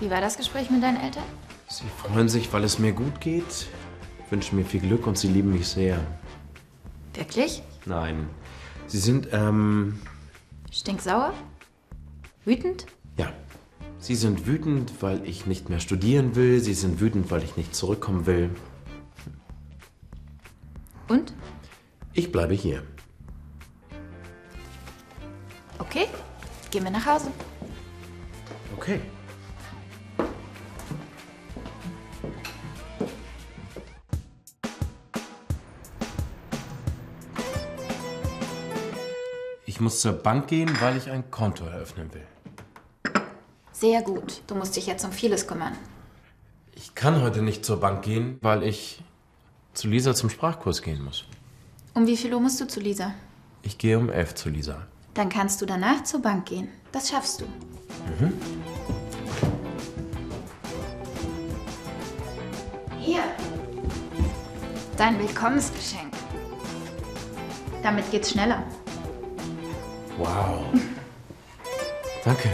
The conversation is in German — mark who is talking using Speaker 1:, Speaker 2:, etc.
Speaker 1: Wie war das Gespräch mit deinen Eltern?
Speaker 2: Sie freuen sich, weil es mir gut geht, wünschen mir viel Glück und sie lieben mich sehr.
Speaker 1: Wirklich?
Speaker 2: Nein, sie sind, ähm,
Speaker 1: Stinksauer? Wütend?
Speaker 2: ja. Sie sind wütend, weil ich nicht mehr studieren will. Sie sind wütend, weil ich nicht zurückkommen will.
Speaker 1: Und?
Speaker 2: Ich bleibe hier.
Speaker 1: Okay, gehen wir nach Hause.
Speaker 2: Okay. Ich muss zur Bank gehen, weil ich ein Konto eröffnen will.
Speaker 1: Sehr gut. Du musst dich jetzt um vieles kümmern.
Speaker 2: Ich kann heute nicht zur Bank gehen, weil ich zu Lisa zum Sprachkurs gehen muss.
Speaker 1: Um wie viel Uhr musst du zu Lisa?
Speaker 2: Ich gehe um elf zu Lisa.
Speaker 1: Dann kannst du danach zur Bank gehen. Das schaffst du. Mhm. Hier. Dein Willkommensgeschenk. Damit geht's schneller.
Speaker 2: Wow. Danke.